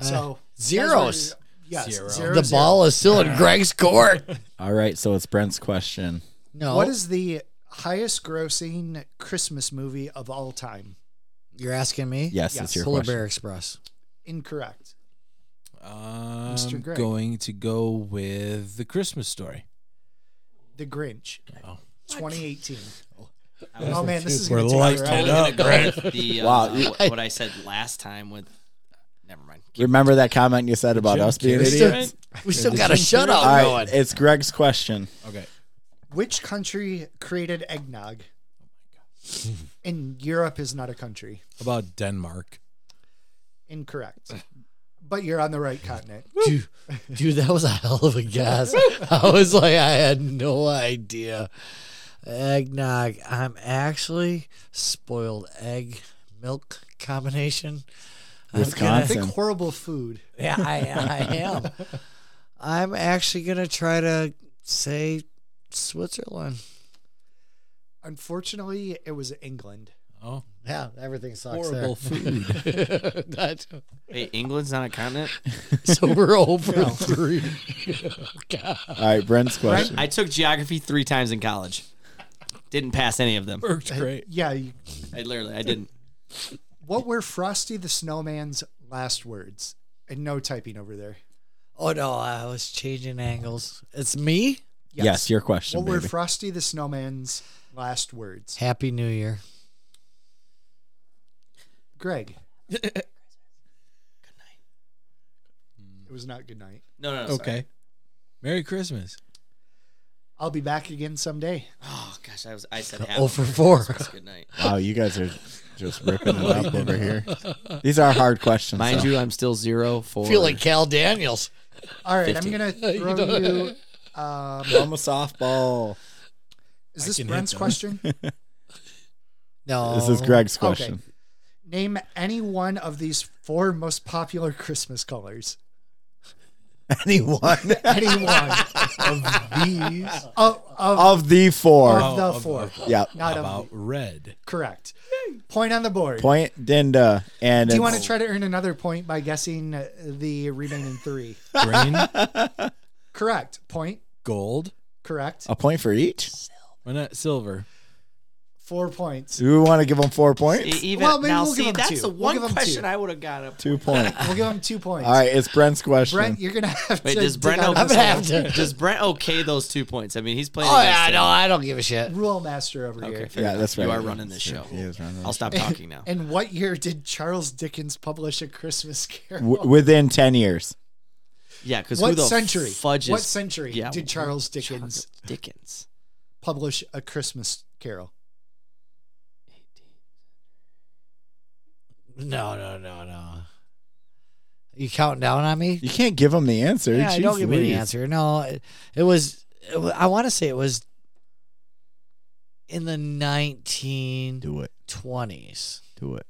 [SPEAKER 2] so
[SPEAKER 5] zeros.
[SPEAKER 2] Yes,
[SPEAKER 6] Zero.
[SPEAKER 2] zero,
[SPEAKER 5] the
[SPEAKER 2] zero.
[SPEAKER 5] ball is still in greg's court
[SPEAKER 3] All right, so it's Brent's question.
[SPEAKER 5] no
[SPEAKER 2] What is the highest grossing Christmas movie of all time?
[SPEAKER 5] you're asking me
[SPEAKER 3] Yes,
[SPEAKER 2] Yes.
[SPEAKER 3] it's your
[SPEAKER 5] polar
[SPEAKER 3] question.
[SPEAKER 5] bear express
[SPEAKER 2] Incorrect.
[SPEAKER 6] I'm
[SPEAKER 2] Mr. Greg.
[SPEAKER 6] going to go with the Christmas story.
[SPEAKER 2] The Grinch.
[SPEAKER 6] Oh.
[SPEAKER 2] 2018.
[SPEAKER 4] I was
[SPEAKER 2] Oh man, this is
[SPEAKER 6] We're
[SPEAKER 2] gonna take
[SPEAKER 6] lighting
[SPEAKER 2] forever.
[SPEAKER 6] it
[SPEAKER 4] gonna
[SPEAKER 6] up,
[SPEAKER 4] go
[SPEAKER 6] Brent.
[SPEAKER 4] with the, uh,
[SPEAKER 3] Wow, you-
[SPEAKER 4] what, what I said last time with. Never mind.
[SPEAKER 3] Remember that comment you said about
[SPEAKER 6] Jim
[SPEAKER 3] us being
[SPEAKER 6] Carrey.
[SPEAKER 3] idiots?
[SPEAKER 5] we still got a shutout
[SPEAKER 3] All right,
[SPEAKER 5] going
[SPEAKER 3] it's Greg's question.
[SPEAKER 6] Okay.
[SPEAKER 2] Which country created eggnog? And Europe is not a country.
[SPEAKER 6] How about Denmark?
[SPEAKER 2] Incorrect. But you're on the right continent.
[SPEAKER 5] Dude, dude, that was a hell of a guess. I was like, I had no idea. Eggnog. I'm actually spoiled egg milk combination. I'm
[SPEAKER 2] I
[SPEAKER 5] gonna-
[SPEAKER 2] think
[SPEAKER 3] Wisconsin.
[SPEAKER 2] horrible food.
[SPEAKER 5] yeah, I, I am. I'm actually gonna try to say Switzerland.
[SPEAKER 2] Unfortunately, it was England.
[SPEAKER 6] Oh,
[SPEAKER 8] Yeah, everything sucks.
[SPEAKER 6] horrible food.
[SPEAKER 8] There. That-
[SPEAKER 4] Hey, England's not a continent.
[SPEAKER 8] so we're over three. God.
[SPEAKER 3] All right, Brent's question.
[SPEAKER 4] I took geography three times in college. Didn't pass any of them.
[SPEAKER 6] Worked great.
[SPEAKER 2] Yeah. You,
[SPEAKER 4] I literally, I didn't.
[SPEAKER 2] what were Frosty the Snowman's last words? And no typing over there.
[SPEAKER 5] Oh no, I was changing angles. It's me.
[SPEAKER 3] yes. your question,
[SPEAKER 2] What were
[SPEAKER 3] baby.
[SPEAKER 2] Frosty the Snowman's last words?
[SPEAKER 5] Happy New Year.
[SPEAKER 2] Greg. It was not good night.
[SPEAKER 4] No, no, no. sorry.
[SPEAKER 6] Okay. Merry Christmas.
[SPEAKER 2] I'll be back again someday.
[SPEAKER 4] Oh gosh, I was. I said half.
[SPEAKER 5] Oh for four.
[SPEAKER 4] Good night.
[SPEAKER 3] wow, you guys are just ripping it up over here. These are hard questions.
[SPEAKER 4] Mind
[SPEAKER 3] though.
[SPEAKER 4] you, I'm still zero for.
[SPEAKER 8] feel like Cal Daniels.
[SPEAKER 2] All right, I'm gonna
[SPEAKER 8] You
[SPEAKER 2] throw
[SPEAKER 8] don't-
[SPEAKER 2] you. Um,
[SPEAKER 3] I'm a softball.
[SPEAKER 2] is this
[SPEAKER 6] can hit
[SPEAKER 2] Brent's
[SPEAKER 6] them.
[SPEAKER 2] question?
[SPEAKER 5] No.
[SPEAKER 3] This is Greg's
[SPEAKER 2] Okay.
[SPEAKER 3] question.
[SPEAKER 2] Name any one of these four most popular Christmas colors.
[SPEAKER 3] Anyone
[SPEAKER 2] Any one of these? Of, of,
[SPEAKER 3] of the four.
[SPEAKER 2] Of the
[SPEAKER 6] of-
[SPEAKER 2] four.
[SPEAKER 6] of-
[SPEAKER 3] Yeah.
[SPEAKER 2] not
[SPEAKER 6] about
[SPEAKER 2] of the,
[SPEAKER 6] red.
[SPEAKER 2] correct. Point on the board.
[SPEAKER 3] Point Dinda and
[SPEAKER 2] Do you
[SPEAKER 3] it's-
[SPEAKER 2] want to try to earn another point by guessing uh, the remaining three?
[SPEAKER 6] Green,
[SPEAKER 2] Correct. Point.
[SPEAKER 6] gold,
[SPEAKER 2] Correct.
[SPEAKER 3] a point for each?
[SPEAKER 6] why not silver?
[SPEAKER 2] Four points.
[SPEAKER 3] Do we want to give them four
[SPEAKER 4] E-
[SPEAKER 3] points?
[SPEAKER 4] Even
[SPEAKER 2] Well, maybe
[SPEAKER 4] now,
[SPEAKER 2] we'll give
[SPEAKER 4] see,
[SPEAKER 2] him
[SPEAKER 4] that's
[SPEAKER 2] two.
[SPEAKER 4] the
[SPEAKER 2] We'll
[SPEAKER 4] one
[SPEAKER 2] give him
[SPEAKER 4] question
[SPEAKER 2] two.
[SPEAKER 4] I would have got up.
[SPEAKER 3] Two points.
[SPEAKER 2] We'll give him two points.
[SPEAKER 3] All right, it's Brent's question.
[SPEAKER 2] Brent, you're gonna have
[SPEAKER 4] Wait,
[SPEAKER 2] to.
[SPEAKER 4] does
[SPEAKER 2] dig
[SPEAKER 4] Brent
[SPEAKER 2] out
[SPEAKER 4] know-
[SPEAKER 8] I'm
[SPEAKER 2] this
[SPEAKER 8] gonna have to.
[SPEAKER 4] Does Brent okay those two points? I mean, he's playing.
[SPEAKER 8] Oh
[SPEAKER 4] against
[SPEAKER 8] yeah,
[SPEAKER 4] him.
[SPEAKER 8] no, I don't give a shit.
[SPEAKER 2] rule master over
[SPEAKER 4] Okay,
[SPEAKER 2] here.
[SPEAKER 4] fair
[SPEAKER 3] yeah,
[SPEAKER 4] enough.
[SPEAKER 3] that's right.
[SPEAKER 4] You are running this show.
[SPEAKER 3] He is running.
[SPEAKER 4] I'll
[SPEAKER 3] This.
[SPEAKER 4] stop talking now.
[SPEAKER 2] And what year did Charles Dickens publish A Christmas Carol?
[SPEAKER 3] W- within ten years,
[SPEAKER 4] Yeah, because who
[SPEAKER 2] what
[SPEAKER 4] the
[SPEAKER 2] century?
[SPEAKER 4] Fudge
[SPEAKER 2] what
[SPEAKER 4] is-
[SPEAKER 2] century
[SPEAKER 4] Yeah,
[SPEAKER 2] did Charles Dickens
[SPEAKER 4] Charles Dickens.
[SPEAKER 2] publish A Christmas Carol?
[SPEAKER 5] No, no, no, no. You counting down on me?
[SPEAKER 3] you can't give him the answer.
[SPEAKER 5] Yeah,
[SPEAKER 3] Jeez
[SPEAKER 5] don't give me the
[SPEAKER 3] Louise.
[SPEAKER 5] answer. No, it, it was. It, wa- I want to say it was in the nineteen
[SPEAKER 3] Do it.
[SPEAKER 5] twenties.
[SPEAKER 3] Do it.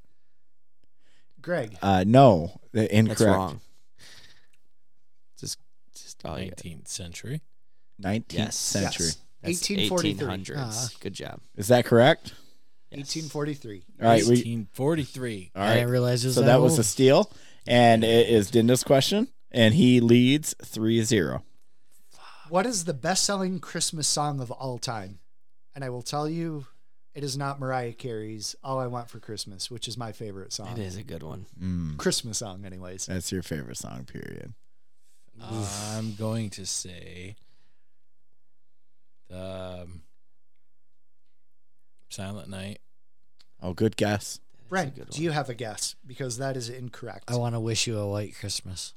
[SPEAKER 2] Greg,
[SPEAKER 3] Uh, no, the-
[SPEAKER 4] That's
[SPEAKER 3] incorrect.
[SPEAKER 4] wrong. Just, just oh, all you.
[SPEAKER 6] 19th century.
[SPEAKER 3] 19th
[SPEAKER 4] Yes.
[SPEAKER 3] century.
[SPEAKER 2] Yes. Uh-huh.
[SPEAKER 4] That's
[SPEAKER 2] 1843.
[SPEAKER 4] 1800s.
[SPEAKER 5] Ah.
[SPEAKER 4] Good job.
[SPEAKER 3] Is that correct?
[SPEAKER 4] Yes.
[SPEAKER 2] 1843.
[SPEAKER 3] All right, we
[SPEAKER 6] 1843.
[SPEAKER 3] all
[SPEAKER 5] I didn't
[SPEAKER 3] right.
[SPEAKER 5] realize it was
[SPEAKER 3] So
[SPEAKER 5] that,
[SPEAKER 3] that was
[SPEAKER 5] old.
[SPEAKER 3] a steal, and it is Dinda's question, and he leads 3-0.
[SPEAKER 2] What is the best-selling Christmas song of all time? And I will tell you, it is not Mariah Carey's "All I Want for Christmas," which is my favorite song.
[SPEAKER 4] It is a good one.
[SPEAKER 3] Mm,
[SPEAKER 2] Christmas song, anyways.
[SPEAKER 3] that's your favorite song. Period.
[SPEAKER 6] I'm going to say um, Silent Night.
[SPEAKER 3] Oh, good guess.
[SPEAKER 2] Brent, do you have a guess? Because that is incorrect.
[SPEAKER 5] I want to wish you a white Christmas.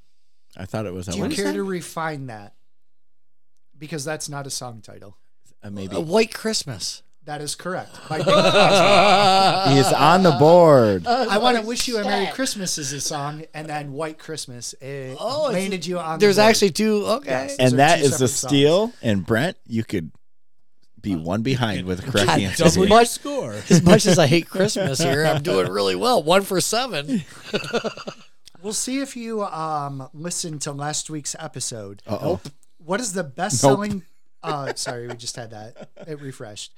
[SPEAKER 3] I thought it was a
[SPEAKER 2] do you
[SPEAKER 3] Wednesday.
[SPEAKER 2] care to refine that? Because that's not a song title.
[SPEAKER 3] Uh, maybe
[SPEAKER 5] A white Christmas.
[SPEAKER 2] That is correct. By
[SPEAKER 5] Uh,
[SPEAKER 3] he is on the board.
[SPEAKER 2] I want to wish you a Merry Christmas is a song, and then White Christmas it
[SPEAKER 5] Oh, it's-
[SPEAKER 2] landed you on.
[SPEAKER 5] There's
[SPEAKER 2] the board.
[SPEAKER 5] actually two. Okay.
[SPEAKER 2] Yes. Those are
[SPEAKER 3] and that
[SPEAKER 2] two
[SPEAKER 3] is
[SPEAKER 2] separate
[SPEAKER 3] the
[SPEAKER 2] songs. Uh,
[SPEAKER 3] steal. And Brent, you could be one behind with the correct
[SPEAKER 5] God,
[SPEAKER 3] answer.
[SPEAKER 5] Double
[SPEAKER 6] Double
[SPEAKER 5] your
[SPEAKER 6] your score.
[SPEAKER 5] As much as I hate Christmas here, I'm doing really well. One for seven.
[SPEAKER 2] We'll see if you um listen to last week's episode.
[SPEAKER 3] Uh oh.
[SPEAKER 2] What is the best selling? Uh, sorry, we just had that. It refreshed.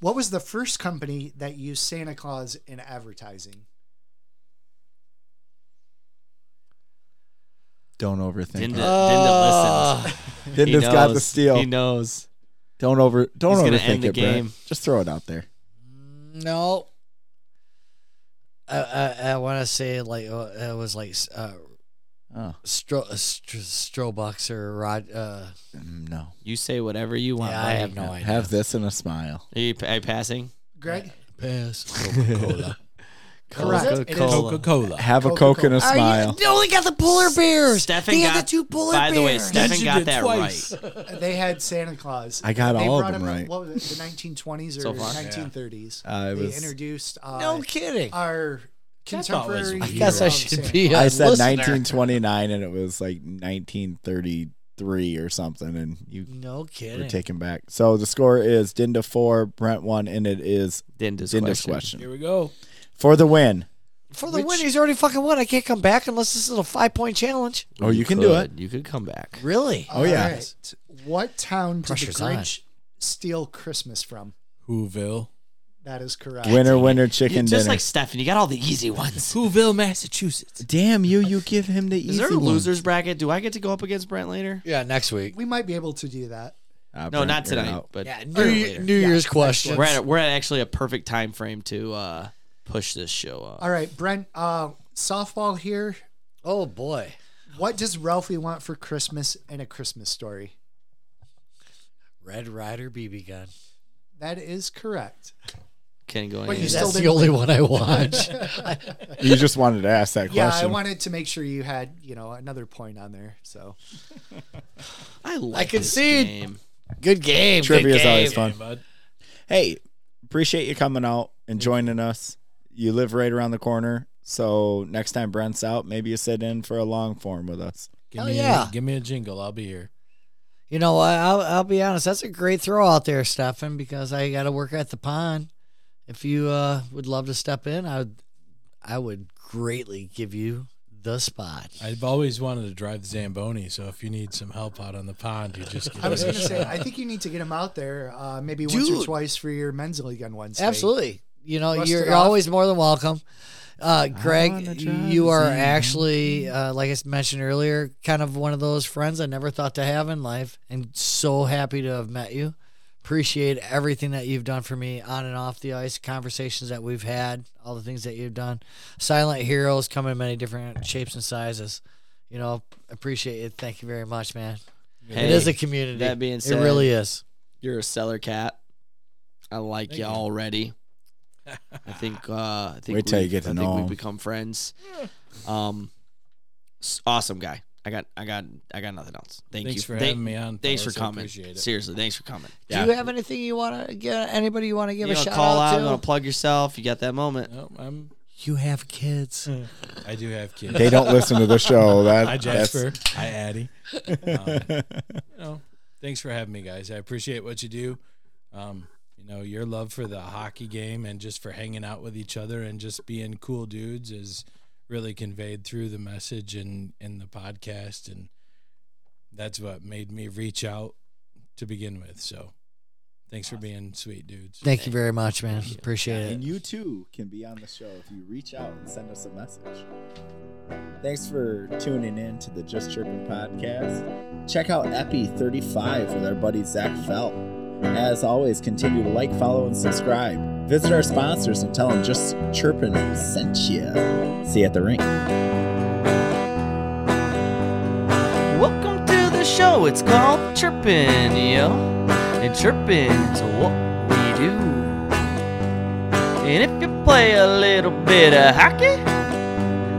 [SPEAKER 2] What was the first company that used Santa Claus in advertising?
[SPEAKER 3] Don't
[SPEAKER 4] Dinda,
[SPEAKER 3] overthink. it.
[SPEAKER 4] Dinda
[SPEAKER 2] Ah.
[SPEAKER 4] listens. He
[SPEAKER 3] Dinda's got the
[SPEAKER 4] knows.
[SPEAKER 3] steal.
[SPEAKER 4] He knows.
[SPEAKER 3] Don't over. Don't
[SPEAKER 4] He's gonna
[SPEAKER 3] overthink
[SPEAKER 4] end the
[SPEAKER 3] it,
[SPEAKER 4] game.
[SPEAKER 3] Brent. Just throw it out there.
[SPEAKER 5] No. I I, I want to say like uh, it was like uh,
[SPEAKER 3] Oh
[SPEAKER 5] Stro, uh, Stro, Strobux or Rod. Uh,
[SPEAKER 3] mm, no.
[SPEAKER 4] You say whatever you want.
[SPEAKER 5] yeah, I
[SPEAKER 4] buddy.
[SPEAKER 5] have no idea.
[SPEAKER 3] Have this and a smile.
[SPEAKER 4] Are you, are you passing?
[SPEAKER 2] Greg,
[SPEAKER 5] Pass Coca-Cola.
[SPEAKER 2] correct. It is-
[SPEAKER 4] Coca-Cola.
[SPEAKER 6] Coca Cola.
[SPEAKER 3] Have a coke and a
[SPEAKER 5] Are
[SPEAKER 3] smile.
[SPEAKER 5] you, they only got the polar bears.
[SPEAKER 4] Stefan
[SPEAKER 5] they
[SPEAKER 4] got
[SPEAKER 5] had the two polar
[SPEAKER 4] By
[SPEAKER 5] bears.
[SPEAKER 4] the way, Stefan
[SPEAKER 6] You
[SPEAKER 4] got
[SPEAKER 6] did
[SPEAKER 4] that
[SPEAKER 6] twice.
[SPEAKER 4] right.
[SPEAKER 2] they had Santa Claus.
[SPEAKER 3] I got
[SPEAKER 2] they
[SPEAKER 3] all
[SPEAKER 2] brought
[SPEAKER 3] of them
[SPEAKER 2] him up-
[SPEAKER 3] right.
[SPEAKER 2] What was it? The 1920s or
[SPEAKER 4] So far?
[SPEAKER 2] 1930s?
[SPEAKER 3] Uh, it
[SPEAKER 2] they
[SPEAKER 3] was-
[SPEAKER 2] introduced. Uh,
[SPEAKER 5] no kidding.
[SPEAKER 2] our
[SPEAKER 6] That's always
[SPEAKER 2] contemporary.
[SPEAKER 5] I
[SPEAKER 6] weird.
[SPEAKER 5] guess I
[SPEAKER 2] hero
[SPEAKER 5] should
[SPEAKER 2] Santa
[SPEAKER 5] be. A
[SPEAKER 3] I said
[SPEAKER 5] listener.
[SPEAKER 3] 1929, and it was like 1933 or something, and you
[SPEAKER 5] No
[SPEAKER 3] were
[SPEAKER 5] kidding.
[SPEAKER 3] taken back. So the score is Dinda four, Brent one, and it is
[SPEAKER 4] Dinda's,
[SPEAKER 3] Dinda's
[SPEAKER 4] question.
[SPEAKER 6] Here
[SPEAKER 3] question
[SPEAKER 6] we go.
[SPEAKER 3] for the win.
[SPEAKER 5] For the win, he's already fucking won. I can't come back unless this is a five point challenge.
[SPEAKER 3] Oh, you, can do it.
[SPEAKER 4] You could come back.
[SPEAKER 5] Really?
[SPEAKER 3] Oh, yeah.
[SPEAKER 2] Alright. What town did
[SPEAKER 5] Pressure's
[SPEAKER 2] the Grinch steal Christmas from?
[SPEAKER 6] Whoville.
[SPEAKER 2] That is correct.
[SPEAKER 3] Winner, winner, chicken
[SPEAKER 4] Just
[SPEAKER 3] dinner.
[SPEAKER 4] like Stefan, you got all the easy ones.
[SPEAKER 6] Whoville, Massachusetts.
[SPEAKER 3] Damn you! You give him the
[SPEAKER 4] Is
[SPEAKER 3] easy
[SPEAKER 4] there a
[SPEAKER 3] one.
[SPEAKER 4] losers bracket? Do I get to go up against Brent later?
[SPEAKER 8] Yeah, next week.
[SPEAKER 2] We might be able to do that.
[SPEAKER 3] Ah,
[SPEAKER 4] No,
[SPEAKER 3] Brent,
[SPEAKER 4] not
[SPEAKER 3] you're
[SPEAKER 4] tonight.
[SPEAKER 3] out.
[SPEAKER 4] But
[SPEAKER 8] Yeah, New,
[SPEAKER 4] or later.
[SPEAKER 8] New Year's question.
[SPEAKER 4] we're at we're at actually a perfect time frame to uh, push this show up.
[SPEAKER 2] All right, Brent. Uh, softball here.
[SPEAKER 8] Oh boy.
[SPEAKER 2] What does Ralphie want for Christmas in a Christmas story?
[SPEAKER 8] Red Rider BB gun.
[SPEAKER 2] That is correct.
[SPEAKER 4] Can go
[SPEAKER 2] But
[SPEAKER 4] in.
[SPEAKER 2] you still
[SPEAKER 8] That's the
[SPEAKER 2] didn't-
[SPEAKER 8] only one I watch.
[SPEAKER 3] You just wanted to ask that
[SPEAKER 2] Yeah, I
[SPEAKER 3] question.
[SPEAKER 2] wanted to make sure you had you know another point on there. So
[SPEAKER 4] I like
[SPEAKER 8] can
[SPEAKER 4] this
[SPEAKER 8] see-
[SPEAKER 4] game.
[SPEAKER 8] Good game. good
[SPEAKER 3] Trivia is always
[SPEAKER 8] game.
[SPEAKER 3] fun.
[SPEAKER 6] bud.
[SPEAKER 3] hey, appreciate you coming out and joining us. You live right around the corner, so next time Brent's out, maybe you sit in for a long form with us.
[SPEAKER 6] Give
[SPEAKER 8] Hell
[SPEAKER 6] me
[SPEAKER 8] yeah.
[SPEAKER 6] a, give me a jingle. I'll be here.
[SPEAKER 5] You know what? I'll, I'll be honest. That's a great throw out there, Stefan, because I got to work at the pond. If you uh, would love to step in, I would, I would greatly give you the spot.
[SPEAKER 6] I've always wanted to drive the Zamboni, so if you need some help out on the pond, you just give
[SPEAKER 2] I was
[SPEAKER 6] me a
[SPEAKER 2] going to say,
[SPEAKER 6] shout.
[SPEAKER 2] I think you need to get him out there, uh, maybe once or
[SPEAKER 5] Dude.
[SPEAKER 2] twice for your men's league on Wednesday.
[SPEAKER 5] Absolutely. You know,
[SPEAKER 2] Rust
[SPEAKER 5] you're,
[SPEAKER 2] it
[SPEAKER 5] you're
[SPEAKER 2] off.
[SPEAKER 5] always more than welcome. Uh,
[SPEAKER 3] wanna
[SPEAKER 5] Greg,
[SPEAKER 3] drive
[SPEAKER 5] you
[SPEAKER 3] the
[SPEAKER 5] are
[SPEAKER 3] Zamboni.
[SPEAKER 5] actually, uh, like I s- mentioned earlier, kind of one of those friends I never thought to have in life, and so happy to have met you. Appreciate everything that you've done for me on and off the ice, conversations that we've had, all the things that you've done. Silent heroes come in many different shapes and sizes. You know, appreciate it. Thank you very much, man.
[SPEAKER 4] Hey,
[SPEAKER 5] it is a community.
[SPEAKER 4] that being
[SPEAKER 5] it
[SPEAKER 4] said-
[SPEAKER 5] really is.
[SPEAKER 4] you're a seller cat. I like you already. I think uh, I think
[SPEAKER 3] Wait till you
[SPEAKER 4] we've-
[SPEAKER 3] get to
[SPEAKER 4] I
[SPEAKER 3] know
[SPEAKER 4] think
[SPEAKER 3] him.
[SPEAKER 4] we've become friends. Um, s- awesome guy. I got I got I got nothing else. Thank you
[SPEAKER 6] Thanks for having me on,
[SPEAKER 4] Thanks for
[SPEAKER 6] fellas. I
[SPEAKER 4] coming.
[SPEAKER 6] appreciate it.
[SPEAKER 4] Seriously, thanks for coming.
[SPEAKER 5] Do you have anything you want to get? Anybody you want to give
[SPEAKER 4] you
[SPEAKER 5] a
[SPEAKER 4] want to
[SPEAKER 5] shout
[SPEAKER 4] call out?
[SPEAKER 5] out
[SPEAKER 4] You
[SPEAKER 5] to?
[SPEAKER 4] want to plug yourself? You got that moment.
[SPEAKER 6] No, I'm.
[SPEAKER 5] You have kids.
[SPEAKER 6] I do have kids.
[SPEAKER 3] They don't listen to the show. That,
[SPEAKER 6] Hi
[SPEAKER 3] that's-
[SPEAKER 6] Jasper. Hi Addie. Um, you know, thanks for having me, guys. I appreciate what you do. Um, you know, your love for the hockey game and just for hanging out with each other and just being cool dudes is really conveyed through the message and in the podcast, and that's what made me reach out to begin with. So, thanks for being sweet dudes.
[SPEAKER 5] Thank you very much, man. Appreciate it.
[SPEAKER 3] And you too can be on the show if you reach out and send us a message. Thanks for tuning in to the Just Chirpin podcast. Check out Epi35 with our buddy Zach Felt. As always, continue to like, follow, and subscribe. Visit our sponsors and tell them Just Chirpin sent you. See you at the rink.
[SPEAKER 4] Welcome to the show. It's called Chirpin', yo. And chirpin' is what we do. And if you play a little bit of hockey,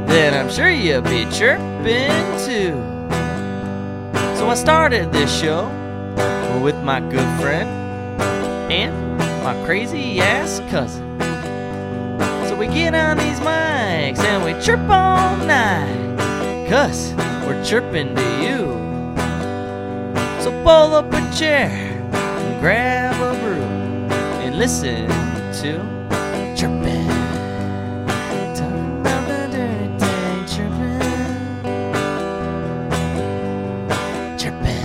[SPEAKER 4] then I'm sure you'll be chirpin' too. So I started this show with my good friend and my crazy ass cousin. So we get on these mics and we chirp all night. Cuz we're chirping to you. So pull up a chair and grab a brew and listen to chirping. Talking about the dirty day, chirping. Chirping.